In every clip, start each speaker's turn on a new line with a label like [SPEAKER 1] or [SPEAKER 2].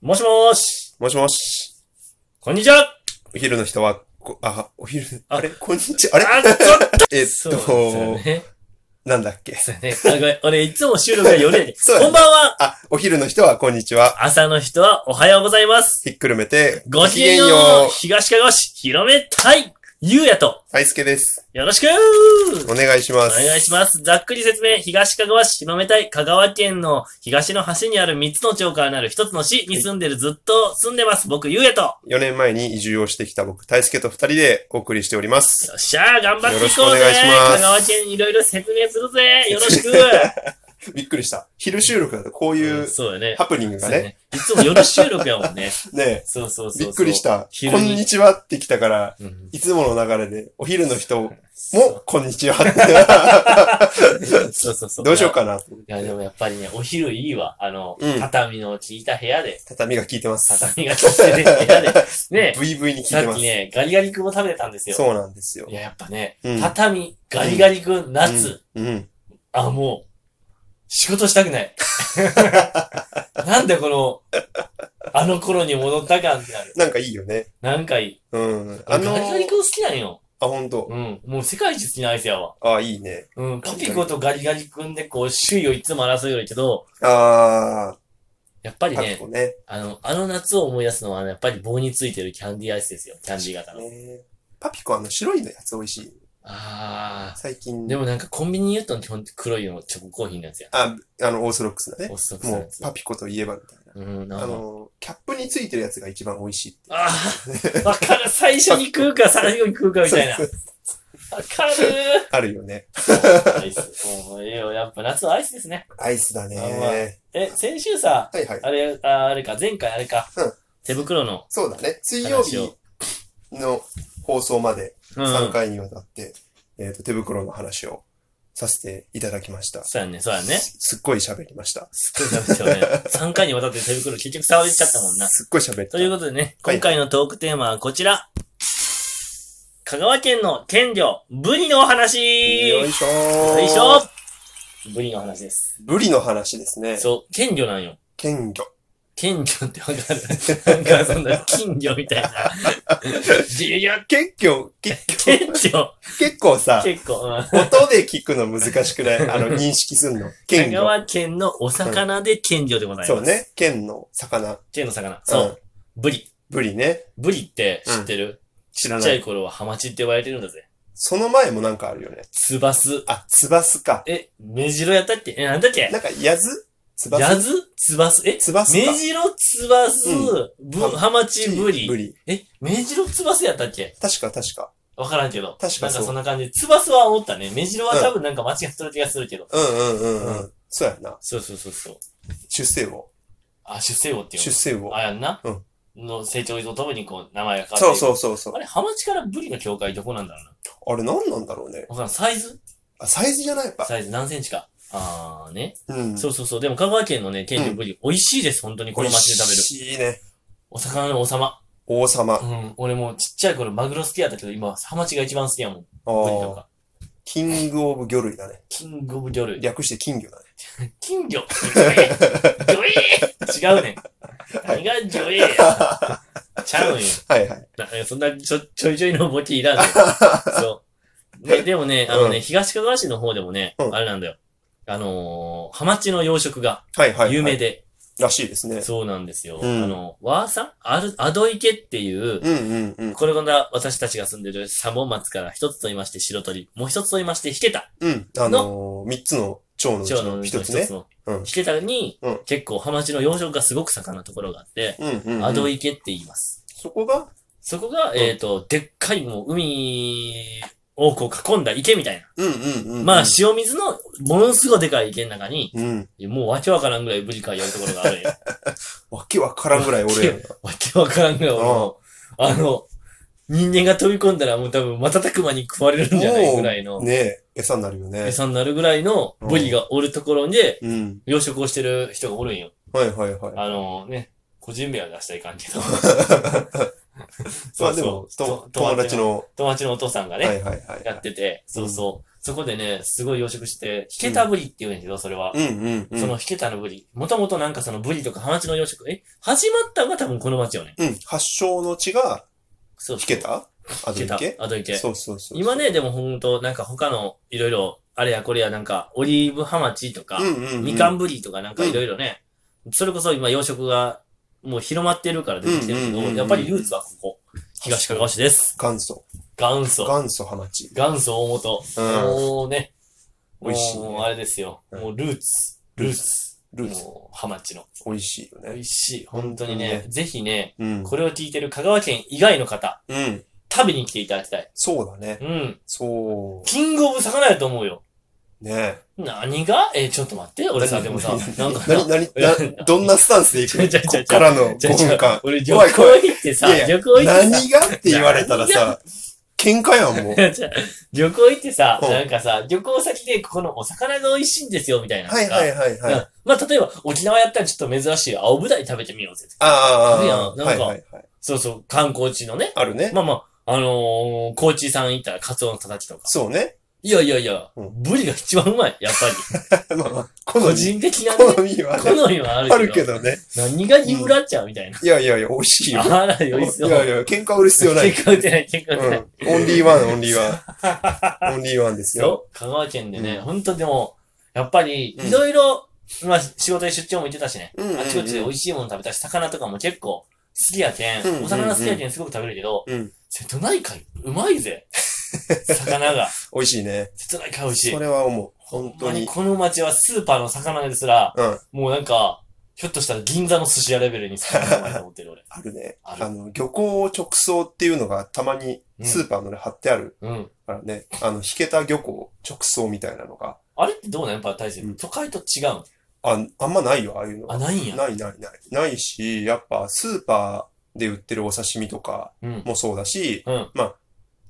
[SPEAKER 1] もしもーし、
[SPEAKER 2] もしもし。
[SPEAKER 1] こんにちは
[SPEAKER 2] お昼の人は、こあ、お昼、
[SPEAKER 1] あ
[SPEAKER 2] あれこんにちは。あれ
[SPEAKER 1] あ、ちょっと
[SPEAKER 2] えっ
[SPEAKER 1] そうなんですよ
[SPEAKER 2] と、
[SPEAKER 1] ね。
[SPEAKER 2] なんだっけ。
[SPEAKER 1] そうね。あ、ごめん。俺、いつも収録が夜やね
[SPEAKER 2] そうだね
[SPEAKER 1] こんばんは
[SPEAKER 2] あ、お昼の人は、こんにちは。
[SPEAKER 1] 朝の人はおはようございます。
[SPEAKER 2] ひっくるめて、
[SPEAKER 1] ごきげんよう東かがし、広めたいゆうやと、
[SPEAKER 2] う。はい、すけです。
[SPEAKER 1] よろしく
[SPEAKER 2] お願いしま
[SPEAKER 1] お
[SPEAKER 2] す。
[SPEAKER 1] 願いします。ざっくり説明。東かがし、広めたい香川県の東の端にある3つの町からなる1つの市に住んでる、ずっと住んでます。僕、ゆうやと。
[SPEAKER 2] 4年前に移住をしてきた僕、たいすけと2人でお送りしております。
[SPEAKER 1] よっしゃー、頑張っていこう
[SPEAKER 2] よろしくお願
[SPEAKER 1] ぜ
[SPEAKER 2] いします
[SPEAKER 1] 香川県いろいろ説明するぜよろしく
[SPEAKER 2] びっくりした。昼収録だとこう いう
[SPEAKER 1] うんそうだね。
[SPEAKER 2] ハプニング
[SPEAKER 1] そ
[SPEAKER 2] が
[SPEAKER 1] うだ
[SPEAKER 2] ね、
[SPEAKER 1] ね。いつも夜収録やもんね。
[SPEAKER 2] ね
[SPEAKER 1] そうそうそうそう。
[SPEAKER 2] びっくりした。
[SPEAKER 1] 昼
[SPEAKER 2] こん
[SPEAKER 1] に
[SPEAKER 2] にちはって来たから、
[SPEAKER 1] うん。
[SPEAKER 2] いつもの流れで、お昼の人も、
[SPEAKER 1] そ
[SPEAKER 2] こんにちはって。
[SPEAKER 1] うそうそう そう。
[SPEAKER 2] どうしようかなと思っ
[SPEAKER 1] いや、いやで
[SPEAKER 2] て。
[SPEAKER 1] もやっぱりね、お昼いいわ。あの、
[SPEAKER 2] うん
[SPEAKER 1] 畳の効いた部屋で、
[SPEAKER 2] 畳が効いてます。
[SPEAKER 1] 畳が効いてる部屋で、ね、
[SPEAKER 2] VV に聞
[SPEAKER 1] さ
[SPEAKER 2] いてま
[SPEAKER 1] っき
[SPEAKER 2] す。
[SPEAKER 1] ね、ガリガリ君も食べてたんですよ。
[SPEAKER 2] そうなんですよ
[SPEAKER 1] い。や、やっぱね、
[SPEAKER 2] うん
[SPEAKER 1] 畳、ガリガリ君、夏、
[SPEAKER 2] うん。うん。
[SPEAKER 1] あ、もう、仕事したく ない。なんでこの、あの頃に戻った感ってなる。
[SPEAKER 2] なんかいいよね。
[SPEAKER 1] なんかいい。
[SPEAKER 2] うん。
[SPEAKER 1] あ
[SPEAKER 2] あ
[SPEAKER 1] の
[SPEAKER 2] の
[SPEAKER 1] ガリガリ君好きなんよ。
[SPEAKER 2] あ、ほんと。
[SPEAKER 1] うん。もう世界一好きなアイスやわ。
[SPEAKER 2] あ、いいね。
[SPEAKER 1] うん。パピコとガリガリ君でこう、首位をいつも争うよりけど、
[SPEAKER 2] あ
[SPEAKER 1] やっぱ
[SPEAKER 2] ー、
[SPEAKER 1] り
[SPEAKER 2] パピ
[SPEAKER 1] ね、
[SPEAKER 2] コね。
[SPEAKER 1] あの、あの夏を思い出すのは、ね、やっぱり棒についてるキャンディーアイスですよ。キャンディー型の。
[SPEAKER 2] ねパピコあの白いのやつ美味しい。
[SPEAKER 1] あ
[SPEAKER 2] 最近
[SPEAKER 1] ー。。でもなんかコンビニに言うと基本黒いのチョココーヒーのやつや。
[SPEAKER 2] あ、あの、オーソドックスなね。
[SPEAKER 1] おそくや
[SPEAKER 2] もう
[SPEAKER 1] つ、。
[SPEAKER 2] パピコといえばみたいな。
[SPEAKER 1] うん、な
[SPEAKER 2] あ
[SPEAKER 1] んか。
[SPEAKER 2] の、キャップについてるやつが一番美味しいって。
[SPEAKER 1] あー、わかる。最初に食う か、最後に食うかみたいな。
[SPEAKER 2] そう
[SPEAKER 1] わかる
[SPEAKER 2] あるよね。
[SPEAKER 1] ー。アイス。もういいよ。やっぱ夏はアイスですね。
[SPEAKER 2] アイスだね。
[SPEAKER 1] あまあ
[SPEAKER 2] は
[SPEAKER 1] え、先週さ、
[SPEAKER 2] いはい。
[SPEAKER 1] あれ、ああれか、前回あれか
[SPEAKER 2] うん。
[SPEAKER 1] 手袋の。
[SPEAKER 2] そうだね。水曜日
[SPEAKER 1] 話を
[SPEAKER 2] の放送まで
[SPEAKER 1] うん。
[SPEAKER 2] 3回にわたって、えっと、手袋の話をさせていただきました。
[SPEAKER 1] そうやね、そうやね。
[SPEAKER 2] すすっごい喋りました。
[SPEAKER 1] すっごい食べてたよね。3回にわたって手袋結局触れちゃったもんな。
[SPEAKER 2] すっごい喋った。
[SPEAKER 1] ということでね、
[SPEAKER 2] はい
[SPEAKER 1] 今回のトークテーマはこちら。香川県の県領、ブリのお話
[SPEAKER 2] よ
[SPEAKER 1] よ
[SPEAKER 2] い
[SPEAKER 1] いし
[SPEAKER 2] しょー
[SPEAKER 1] ょブリの話です。
[SPEAKER 2] ブリの話ですね。
[SPEAKER 1] そう、県領なんよ。
[SPEAKER 2] 剣魚。
[SPEAKER 1] 県領ってわかるなんかそんな金魚みたいな。自由
[SPEAKER 2] 結構、け
[SPEAKER 1] 県 領
[SPEAKER 2] 結構さ、
[SPEAKER 1] 結構、うん
[SPEAKER 2] 音で聞くの難しくないあの、認識す んの。
[SPEAKER 1] 香
[SPEAKER 2] 剣魚。
[SPEAKER 1] 川県のお魚で県領でございます。
[SPEAKER 2] そう。ね。剣の魚。
[SPEAKER 1] 県の魚。そう。ブリ。
[SPEAKER 2] ブリね。
[SPEAKER 1] ブリって知ってる
[SPEAKER 2] 知
[SPEAKER 1] ち
[SPEAKER 2] ら
[SPEAKER 1] っ
[SPEAKER 2] な
[SPEAKER 1] ちゃ
[SPEAKER 2] い。
[SPEAKER 1] い頃はハマチって言われてるんだぜ。
[SPEAKER 2] その前もなんかあるよね。
[SPEAKER 1] ツバス。
[SPEAKER 2] あ、つばすか。
[SPEAKER 1] え、目白やったっけえ、なんだっけ
[SPEAKER 2] なんか、やずつば
[SPEAKER 1] ヤ
[SPEAKER 2] す
[SPEAKER 1] ズツバス。え
[SPEAKER 2] つばす
[SPEAKER 1] 目
[SPEAKER 2] か。
[SPEAKER 1] 白ツバス、ぶ、
[SPEAKER 2] ハマ
[SPEAKER 1] ハマチ
[SPEAKER 2] チ
[SPEAKER 1] ブリ。
[SPEAKER 2] ブリ。
[SPEAKER 1] え、目白ツバスやったっけ
[SPEAKER 2] 確か確か。
[SPEAKER 1] わからんけど。
[SPEAKER 2] 確か
[SPEAKER 1] なん
[SPEAKER 2] そう
[SPEAKER 1] かそんな感じ。ツバスは思ったね。目白は多分なんか間違ってる気がするけど。
[SPEAKER 2] うんうんうん
[SPEAKER 1] う
[SPEAKER 2] うん。そうやな。
[SPEAKER 1] そうそうそうそう。
[SPEAKER 2] 出世魚。
[SPEAKER 1] あ、出世魚っていう
[SPEAKER 2] 出世魚
[SPEAKER 1] の。。あ、やんな。
[SPEAKER 2] う
[SPEAKER 1] の成長とともにこう、名前が変わってい
[SPEAKER 2] そう
[SPEAKER 1] く
[SPEAKER 2] そうそうそう
[SPEAKER 1] あ。れ、ハマチからブリの境界どこなんだろうな。
[SPEAKER 2] あれ何なんだろうね。
[SPEAKER 1] わからん。サイズ
[SPEAKER 2] あ、サイズじゃないやっぱ。
[SPEAKER 1] サイズ何センチか。あーね。
[SPEAKER 2] うん。
[SPEAKER 1] そうそうそう。でも香川県のね、県のブリ、美味しいです。本当にこの町で食べる。
[SPEAKER 2] 美味しいね。
[SPEAKER 1] お魚の王様。
[SPEAKER 2] 王様。
[SPEAKER 1] うん。俺もうちっちゃい頃マグロ好きやったけど、今、ハマチが一番好きやもん。ブ
[SPEAKER 2] あ
[SPEAKER 1] リと
[SPEAKER 2] ー
[SPEAKER 1] か。
[SPEAKER 2] キングオブ魚類だね。
[SPEAKER 1] キングオブ魚類。
[SPEAKER 2] 略して金魚だね。
[SPEAKER 1] 金魚。魚影違うねん。何が魚影や。ちゃうんよ。
[SPEAKER 2] はいはい。
[SPEAKER 1] なそんなちょちょいちょいのボケいらんねん。そう。で、でもね、あのね、
[SPEAKER 2] うん
[SPEAKER 1] 東かがわ市の方でもね、
[SPEAKER 2] うん
[SPEAKER 1] あれなんだよ。あのー、ハマチの養殖が
[SPEAKER 2] はいはい、はい。
[SPEAKER 1] 有名で、
[SPEAKER 2] らしいですね。
[SPEAKER 1] そうなんですよ。
[SPEAKER 2] うん
[SPEAKER 1] あの、ワーさんアルアドイケっていう、
[SPEAKER 2] うんうんうん。
[SPEAKER 1] これが私たちが住んでるサボ松から一つと言いまして白鳥、もう一つと言いましてヒケタ、
[SPEAKER 2] うん。あのー、三つの蝶のうち
[SPEAKER 1] 長野の
[SPEAKER 2] の
[SPEAKER 1] 一
[SPEAKER 2] 一
[SPEAKER 1] つ
[SPEAKER 2] つ
[SPEAKER 1] の
[SPEAKER 2] ね。うん
[SPEAKER 1] ヒケタに
[SPEAKER 2] うん
[SPEAKER 1] 結構ハマチの養殖がすごく盛んなところがあって、
[SPEAKER 2] うんうん、うん。
[SPEAKER 1] アドイケって言います。
[SPEAKER 2] そこが、
[SPEAKER 1] そこが、
[SPEAKER 2] ん
[SPEAKER 1] えっと、でっかいもう海をこう囲んだ池みたいな。
[SPEAKER 2] うんうんうんうん。
[SPEAKER 1] まあ、塩水のものすごいでかい池の中に、
[SPEAKER 2] うん。
[SPEAKER 1] もうわけわからんぐらいブリカーやるところがあるん よ。
[SPEAKER 2] わけわからんぐらい俺やな。
[SPEAKER 1] わけわからんぐらい俺も、あの、人間が飛び込んだらもう多分瞬く間に食われるんじゃないぐらいの。
[SPEAKER 2] ねえ、餌になるよね。
[SPEAKER 1] 餌になるぐらいのブリがおるところで
[SPEAKER 2] うん。
[SPEAKER 1] 養殖をしてる人がおるんよ。
[SPEAKER 2] はいはいはい。
[SPEAKER 1] あのね、個人名は出したらいかんけど。
[SPEAKER 2] ま
[SPEAKER 1] そう
[SPEAKER 2] あで
[SPEAKER 1] そ
[SPEAKER 2] も、
[SPEAKER 1] う。
[SPEAKER 2] と
[SPEAKER 1] と
[SPEAKER 2] 友達。の、
[SPEAKER 1] 友達のお父さんがね、
[SPEAKER 2] はいはいはい。
[SPEAKER 1] やってて、そうそう。そこでね、すごい養殖して、引けたブリって言うんやけど、それは。
[SPEAKER 2] うんうんうん。
[SPEAKER 1] その引けたのブリ。もともとなんかそのブリとかハマチの養殖、え始まったのが多分この町よね。
[SPEAKER 2] うん、発祥の地が、
[SPEAKER 1] そう
[SPEAKER 2] 引
[SPEAKER 1] そう。
[SPEAKER 2] けたあど
[SPEAKER 1] 引
[SPEAKER 2] い
[SPEAKER 1] け
[SPEAKER 2] け
[SPEAKER 1] た。あといけ。
[SPEAKER 2] そうそうそう。
[SPEAKER 1] 今、ね、でもほんと、なんか他のいろいろ、あれやこれやなんか、オリーブハマチとか
[SPEAKER 2] う、んうんうん。
[SPEAKER 1] みかんぶりとかなんかいろいろね、それこそ今養殖がもう広まってるから出てきてるけ
[SPEAKER 2] うんうんうん
[SPEAKER 1] ど、
[SPEAKER 2] うん
[SPEAKER 1] やっぱりルーツはここ。東かがわ市です。
[SPEAKER 2] 元祖。
[SPEAKER 1] 元祖。
[SPEAKER 2] 元祖ハマチ。
[SPEAKER 1] 元祖大元。
[SPEAKER 2] うん。
[SPEAKER 1] もうね。
[SPEAKER 2] 美味しいね
[SPEAKER 1] もうあれですよ。
[SPEAKER 2] うん
[SPEAKER 1] もうルーツ。ルーツ。
[SPEAKER 2] ルーツ。
[SPEAKER 1] もう、ハマチの。
[SPEAKER 2] 美味しいよ
[SPEAKER 1] 美
[SPEAKER 2] ね。
[SPEAKER 1] 味しい。本当にね、ぜひね、
[SPEAKER 2] うん。
[SPEAKER 1] これを聞いてる香川県以外の方、
[SPEAKER 2] うん。
[SPEAKER 1] 食べに来ていただきたい。
[SPEAKER 2] そうだね。
[SPEAKER 1] うん。
[SPEAKER 2] そ
[SPEAKER 1] キングオブ魚やと思うよ。
[SPEAKER 2] う。ね
[SPEAKER 1] 何がえ、ちょっと待って。俺さ、
[SPEAKER 2] 何
[SPEAKER 1] でもさ、な
[SPEAKER 2] 何
[SPEAKER 1] んかな、
[SPEAKER 2] 何などんなスタンスで
[SPEAKER 1] 違う違う違
[SPEAKER 2] 行く
[SPEAKER 1] う
[SPEAKER 2] のこっからの
[SPEAKER 1] じゃあ
[SPEAKER 2] 5分間。
[SPEAKER 1] 俺旅行
[SPEAKER 2] 怖い怖
[SPEAKER 1] 行ってさ
[SPEAKER 2] いやい、や
[SPEAKER 1] 旅行行ってさ、
[SPEAKER 2] 何がって言われたらさ、喧嘩やん、 もう。
[SPEAKER 1] じゃあ旅行行ってさ、
[SPEAKER 2] うん
[SPEAKER 1] なんかさ、旅行先でここのお魚が美味しいんですよ、みたいな。
[SPEAKER 2] はいはいはいはい。
[SPEAKER 1] う
[SPEAKER 2] あ
[SPEAKER 1] んまあ、例えば、沖縄やったらちょっと珍しい青ぶだい食べてみようぜ。あるやん
[SPEAKER 2] あ、ああ、
[SPEAKER 1] な
[SPEAKER 2] は
[SPEAKER 1] ん
[SPEAKER 2] い
[SPEAKER 1] か
[SPEAKER 2] はいはい。
[SPEAKER 1] そうそう、観光地のね。
[SPEAKER 2] あるね。
[SPEAKER 1] まあまあ、あのー、高知さん行ったらカツオのたたきとか。
[SPEAKER 2] そうね。
[SPEAKER 1] いやいやいや、
[SPEAKER 2] うん
[SPEAKER 1] ブリが一番うまい、やっぱ り。
[SPEAKER 2] まあまあ、好
[SPEAKER 1] 個
[SPEAKER 2] み、
[SPEAKER 1] 人的な、ね、
[SPEAKER 2] 好みはね
[SPEAKER 1] 好みはあるけど。
[SPEAKER 2] あるけどね。
[SPEAKER 1] 何がイブラっちゃうみたいな。
[SPEAKER 2] いやいやいや、美味しいよ。
[SPEAKER 1] あら、よいし
[SPEAKER 2] い
[SPEAKER 1] ょ。
[SPEAKER 2] やいや、喧嘩売る必要ない。
[SPEAKER 1] 結果打てない、結果打てない。
[SPEAKER 2] うん。オンリーワン、オンリーワン。オンリーワンですよ。
[SPEAKER 1] そう、香川県でね、
[SPEAKER 2] うん
[SPEAKER 1] 本当でも、やっぱり、
[SPEAKER 2] うん
[SPEAKER 1] いろいろ、まあ、仕事で出張も行ってたしね、
[SPEAKER 2] うんうんうん
[SPEAKER 1] あちこちで美味しいもの食べたし、魚とかも結構好きやけん、
[SPEAKER 2] うんうんうん
[SPEAKER 1] お魚好きやけんすごく食べるけど、
[SPEAKER 2] うん
[SPEAKER 1] 瀬戸内海、うまい ぜ。魚が、
[SPEAKER 2] 美味しいね。
[SPEAKER 1] 瀬戸内海美味しい
[SPEAKER 2] そ。れは思う。本
[SPEAKER 1] ほ
[SPEAKER 2] 当
[SPEAKER 1] んまに
[SPEAKER 2] に。
[SPEAKER 1] この町はスーパーの魚ですら、
[SPEAKER 2] うん。。
[SPEAKER 1] もうなんか、ひょっとしたら銀座の寿司屋レベルに魚がうまいと思ってる俺
[SPEAKER 2] あるね。
[SPEAKER 1] ある
[SPEAKER 2] あの、漁港直送っていうのがたまに
[SPEAKER 1] うん
[SPEAKER 2] スーパーので貼ってある
[SPEAKER 1] うん。
[SPEAKER 2] からね。あの、引けた漁港直送みたいなのが。
[SPEAKER 1] あれってどうなんやっぱ大勢、
[SPEAKER 2] うん
[SPEAKER 1] 都会と違うん。
[SPEAKER 2] あ、あんまないよ、ああいうの
[SPEAKER 1] あ、
[SPEAKER 2] は。
[SPEAKER 1] ないんや。
[SPEAKER 2] ないないない。ないし、やっぱスーパーで売ってるお刺身とか
[SPEAKER 1] うん。
[SPEAKER 2] もそうだし、
[SPEAKER 1] うん。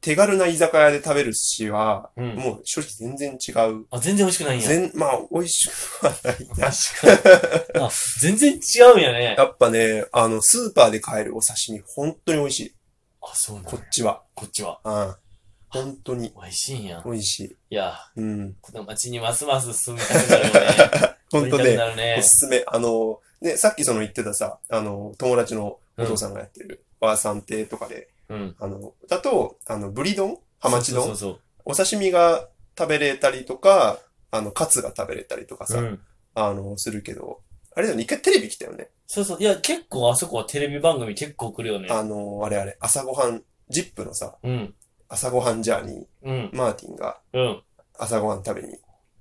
[SPEAKER 2] 手軽な居酒屋で食べる寿司は、
[SPEAKER 1] うん。
[SPEAKER 2] もう正直全然違う。
[SPEAKER 1] あ、全然美味しくないんや。
[SPEAKER 2] 全、まあ、美味しくはないな。
[SPEAKER 1] 確かに。あ、全然違うんやね。あ、
[SPEAKER 2] やっぱね、あの、スーパーで買えるお刺身、本当に美味しい。
[SPEAKER 1] そうなん
[SPEAKER 2] こ
[SPEAKER 1] や
[SPEAKER 2] っちは。
[SPEAKER 1] こっちは。
[SPEAKER 2] うん。本当に
[SPEAKER 1] 美味しいんや。
[SPEAKER 2] 美味しい。
[SPEAKER 1] いや、
[SPEAKER 2] うん。
[SPEAKER 1] この街にますます住みたくなるよね。
[SPEAKER 2] 本当
[SPEAKER 1] 住みた
[SPEAKER 2] ね、
[SPEAKER 1] くなるね
[SPEAKER 2] お。すすめ。あの、ね、さっきその言ってたさ、あの、友達のお父さんがやってる、ばあさん亭とかで、
[SPEAKER 1] うん。
[SPEAKER 2] あの、だと、あの、ブリ丼ハマチ
[SPEAKER 1] そう
[SPEAKER 2] 丼
[SPEAKER 1] そう
[SPEAKER 2] お刺身が食べれたりとか、あの、カツが食べれたりとか
[SPEAKER 1] そう。
[SPEAKER 2] さ、
[SPEAKER 1] うん。
[SPEAKER 2] あの、するけど、あれだよね、一回テレビ来たよね。
[SPEAKER 1] そうそう。いや、結構あそこはテレビ番組結構来るよね。
[SPEAKER 2] あの、あれあれ、朝ごはん、ジップのさ、
[SPEAKER 1] うん。
[SPEAKER 2] 朝ごはんジャーニ
[SPEAKER 1] うん。
[SPEAKER 2] ー、マーティンが
[SPEAKER 1] うん。
[SPEAKER 2] 朝ごはん食べに。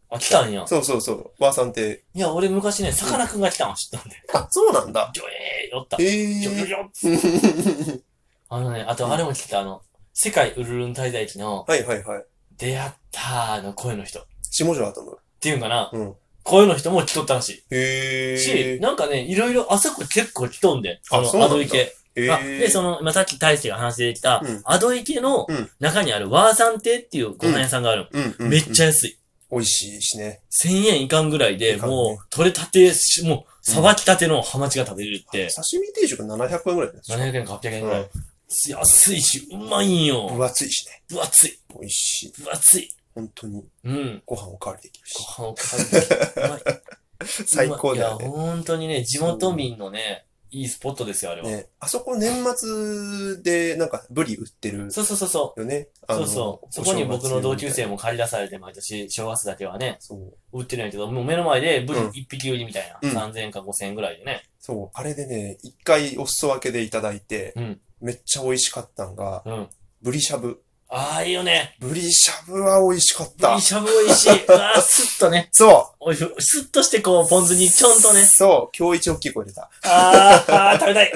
[SPEAKER 1] あ、来たんや。
[SPEAKER 2] そうそうそう、ばあさん亭。
[SPEAKER 1] いや、俺昔ね、さかなクンが来たん知ったんで。
[SPEAKER 2] あ、そうなんだ。
[SPEAKER 1] ジョエー、よった。
[SPEAKER 2] へ
[SPEAKER 1] ジ
[SPEAKER 2] え
[SPEAKER 1] ョジョジョ
[SPEAKER 2] ー。
[SPEAKER 1] あのね、あとあれも来た、あの、世界ウルルン滞在記の、
[SPEAKER 2] はいはいはい。
[SPEAKER 1] 出会ったーの声の人。っ
[SPEAKER 2] 下条アトム。
[SPEAKER 1] ていうんかな。
[SPEAKER 2] うん。
[SPEAKER 1] 声の人も来とったらしい。
[SPEAKER 2] へ
[SPEAKER 1] し、
[SPEAKER 2] え。
[SPEAKER 1] なんかね、いろいろあそこ結構来とんで、そ
[SPEAKER 2] あそう
[SPEAKER 1] の
[SPEAKER 2] な
[SPEAKER 1] ア
[SPEAKER 2] んだ
[SPEAKER 1] ドイケ。
[SPEAKER 2] へ
[SPEAKER 1] あ
[SPEAKER 2] え。
[SPEAKER 1] で、その、今さっき大してが話できた
[SPEAKER 2] うん、
[SPEAKER 1] アドイケの
[SPEAKER 2] うん
[SPEAKER 1] 中にあるワーサン亭っていうご飯屋さんがある
[SPEAKER 2] うんう
[SPEAKER 1] の。
[SPEAKER 2] ん。
[SPEAKER 1] めっち
[SPEAKER 2] ゃ。
[SPEAKER 1] ゃ安い。
[SPEAKER 2] 美味しいしね。
[SPEAKER 1] 1000円いかんぐらいで、
[SPEAKER 2] いかんね
[SPEAKER 1] もう、取れたてし、もう、さばきたてのハマチが食べれるって、
[SPEAKER 2] 刺身定食700円ぐらいだよ。
[SPEAKER 1] 700円か800円ぐら
[SPEAKER 2] う
[SPEAKER 1] い。安いし、うまいんよ。
[SPEAKER 2] 分厚いしね。
[SPEAKER 1] 分厚い。
[SPEAKER 2] 美味しい。
[SPEAKER 1] 分厚い。
[SPEAKER 2] 本当に
[SPEAKER 1] うん。
[SPEAKER 2] ご飯おかわりできるし。
[SPEAKER 1] ご飯を買うとき。うまい
[SPEAKER 2] 最高だよ
[SPEAKER 1] いや、
[SPEAKER 2] ね。
[SPEAKER 1] 本当にね、地元民のね、いいスポットですよ、あれは。
[SPEAKER 2] ね、あそこ年末でなんかブリ売ってる
[SPEAKER 1] そうそうそうそう。
[SPEAKER 2] よね。あ
[SPEAKER 1] そ
[SPEAKER 2] の
[SPEAKER 1] うそう。そこに僕の同級生
[SPEAKER 2] も。
[SPEAKER 1] も借り出されて、毎年、正月だけはね、
[SPEAKER 2] そう。
[SPEAKER 1] 売ってるんやけど、もう目の前でブリ
[SPEAKER 2] うん
[SPEAKER 1] 一匹売りみたいな。
[SPEAKER 2] うん
[SPEAKER 1] 3000円か5000円ぐらいでね。
[SPEAKER 2] そう。あれでね、一回お裾分けでいただいて、
[SPEAKER 1] うん
[SPEAKER 2] めっちゃ美味しかったんが、
[SPEAKER 1] うん。
[SPEAKER 2] ブリしゃぶ。
[SPEAKER 1] ああ、いいよね。
[SPEAKER 2] ブリしゃぶは美味しかっ
[SPEAKER 1] ブ
[SPEAKER 2] た
[SPEAKER 1] リ。しゃぶ美味しい。うわあ、スッとね。
[SPEAKER 2] そ
[SPEAKER 1] おいしスッとしてこう、ポン酢にちょんと
[SPEAKER 2] う。
[SPEAKER 1] ね。
[SPEAKER 2] そう。今日一大きい声出た。
[SPEAKER 1] あーあー、食べたい。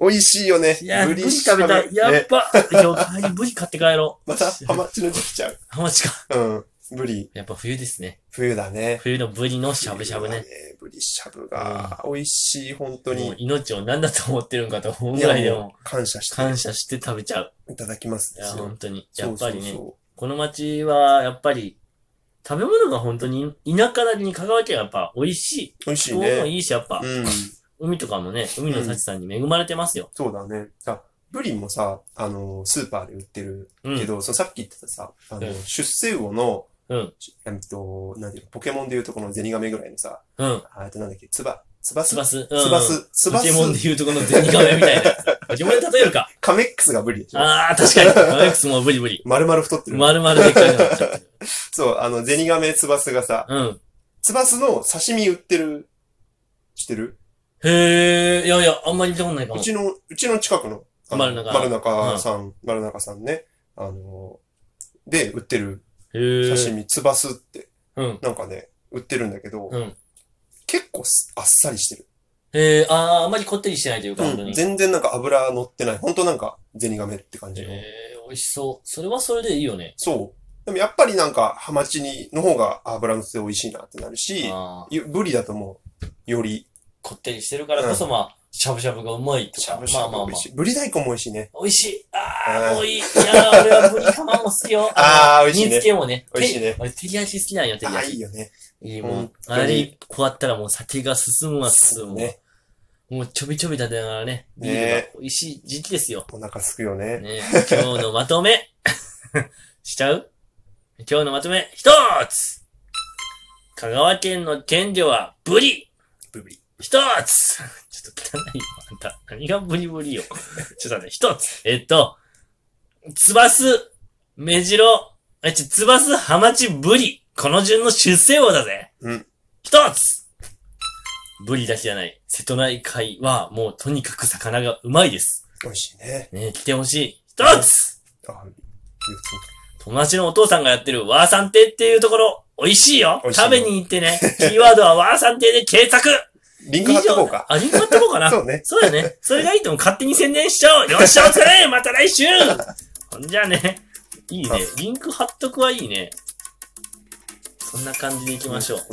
[SPEAKER 2] 美味しいよね。
[SPEAKER 1] いや、ブリ
[SPEAKER 2] しゃ
[SPEAKER 1] 食べ
[SPEAKER 2] ぶ
[SPEAKER 1] たい。やっ
[SPEAKER 2] ね、
[SPEAKER 1] ぱ、今日帰りブリ買って帰ろう。
[SPEAKER 2] また、ハマチの時期ちゃう。
[SPEAKER 1] ハマチか。
[SPEAKER 2] うん。ブリ、
[SPEAKER 1] やっぱ冬ですね。
[SPEAKER 2] 冬だね。
[SPEAKER 1] 冬のブリのしゃぶしゃぶね。。
[SPEAKER 2] ブリしゃぶが、美味しい、本当
[SPEAKER 1] もう
[SPEAKER 2] に。
[SPEAKER 1] 命を何だと思ってるんかと思うぐらいでも、
[SPEAKER 2] 感謝して
[SPEAKER 1] 感謝して食べちゃう。
[SPEAKER 2] いただきます
[SPEAKER 1] い
[SPEAKER 2] で
[SPEAKER 1] や、
[SPEAKER 2] すよ。
[SPEAKER 1] 本当に。やっぱりね。
[SPEAKER 2] そうそうそ
[SPEAKER 1] この町は、やっぱり、食べ物が本当に、田舎だに香川県はやっぱ美味しい。
[SPEAKER 2] う。美味し
[SPEAKER 1] 気
[SPEAKER 2] い
[SPEAKER 1] 候も
[SPEAKER 2] ね。
[SPEAKER 1] いいし、やっぱ、
[SPEAKER 2] うん。
[SPEAKER 1] 海とかもね、海の幸さんに恵まれてますよ。
[SPEAKER 2] そうだね。あ、ブリもさ、あの、スーパーで売ってる
[SPEAKER 1] うん。
[SPEAKER 2] けど、そのさっき言ってたさ、あの、
[SPEAKER 1] うん
[SPEAKER 2] 出世魚の、
[SPEAKER 1] うん
[SPEAKER 2] しえっと、なんていうの、ポケモンでいうとこのゼニガメぐらいのさ、
[SPEAKER 1] うん。
[SPEAKER 2] あえっとなんだっけ、ツバ、ツバ
[SPEAKER 1] つ
[SPEAKER 2] ス
[SPEAKER 1] ばす。
[SPEAKER 2] ツバス、ツ
[SPEAKER 1] ポ
[SPEAKER 2] バ
[SPEAKER 1] ケモンで
[SPEAKER 2] ス、
[SPEAKER 1] 言うとこのゼニガメみたいな。ポケモンで例えるか。
[SPEAKER 2] カメックスがブリでしょ。
[SPEAKER 1] ああ、確かに。ガメックスもブリブリ。
[SPEAKER 2] 丸々太ってる。
[SPEAKER 1] 丸々でっかいなっちゃってる。
[SPEAKER 2] そう、あの、ゼニガメツバスがさ、
[SPEAKER 1] うん。
[SPEAKER 2] ツバスの刺身売ってる、してる
[SPEAKER 1] へえ、いやいや、あんまり見たことないか
[SPEAKER 2] う
[SPEAKER 1] も。
[SPEAKER 2] ちの、うちの近くの、あの
[SPEAKER 1] 丸中
[SPEAKER 2] 丸中さん、丸中さんね、あの、で、売ってる
[SPEAKER 1] へえ。
[SPEAKER 2] 刺身、ツバスって、
[SPEAKER 1] うん。
[SPEAKER 2] なんかね、売ってるんだけど、
[SPEAKER 1] うん
[SPEAKER 2] 結構すあっさりしてる。
[SPEAKER 1] へえ、ああ、あんまりこってりしてないというか、
[SPEAKER 2] うん
[SPEAKER 1] 本当に。
[SPEAKER 2] 全然なんか油乗ってない。ほんとなんか、ゼニガメって感じの。
[SPEAKER 1] えー、美味しそう。それはそれでいいよね。
[SPEAKER 2] そう。でもやっぱりなんか、ハマチに、の方が油乗ってて美味しいなってなるし、
[SPEAKER 1] あー
[SPEAKER 2] ゆブリだともう、より、
[SPEAKER 1] こってりしてるからこそ、まあ、しゃぶしゃぶがうまいとか。
[SPEAKER 2] しゃぶしゃぶ
[SPEAKER 1] まあまあ
[SPEAKER 2] 美
[SPEAKER 1] ま
[SPEAKER 2] 味しい。ブリ大根も美味しいね。
[SPEAKER 1] あ。美味しい。あ
[SPEAKER 2] う
[SPEAKER 1] あ、
[SPEAKER 2] ん。
[SPEAKER 1] もういい。いやー、俺はブリカマも好きよ
[SPEAKER 2] あー美味しいね
[SPEAKER 1] 煮付けもね。
[SPEAKER 2] 美味しいね
[SPEAKER 1] て俺、照り焼き好きなんよ、照り
[SPEAKER 2] ああ、
[SPEAKER 1] 焼
[SPEAKER 2] いいよね。
[SPEAKER 1] き。いい
[SPEAKER 2] ほ
[SPEAKER 1] も
[SPEAKER 2] ん
[SPEAKER 1] ん。
[SPEAKER 2] とに
[SPEAKER 1] あれ、こうやったらもう酒が進むわ、進むわ。
[SPEAKER 2] ね。
[SPEAKER 1] もうちょびちょび立てながらね、ビールが美味しい時期ですよ。
[SPEAKER 2] お腹すくよね。
[SPEAKER 1] ね、今日のまとめ しちゃう今日のまとめ、一つ香川県の県魚はブリ
[SPEAKER 2] ブリ。
[SPEAKER 1] 一つちょっと汚いよ、あんた。何がブリブリよ。ちょっと待って、一つ。えっと、つばす、メジロ、え、ちょ、つばす、ハマチ、ブリ。この順の出世王だぜ。
[SPEAKER 2] うん。
[SPEAKER 1] 一つブリだけじゃない。瀬戸内海はもうとにかく魚がうまいです。
[SPEAKER 2] 美味しいね。
[SPEAKER 1] ね来てほしい。一つ
[SPEAKER 2] あ、
[SPEAKER 1] 友達のお父さんがやってるワーサン亭っていうところ、美味しいよ
[SPEAKER 2] 美味しいよ
[SPEAKER 1] 食べに行ってね。キーワードはワーサン亭で検索
[SPEAKER 2] リンク貼っとこうか。
[SPEAKER 1] 以上あ、リンク貼っとこうかな。
[SPEAKER 2] そうね。
[SPEAKER 1] そうだね。それがいいとも勝手に宣伝しちゃおうよっしゃお疲れまた来週ほんじゃあね。いいね。リンク貼っとくはいいね。そんな感じで行きましょう。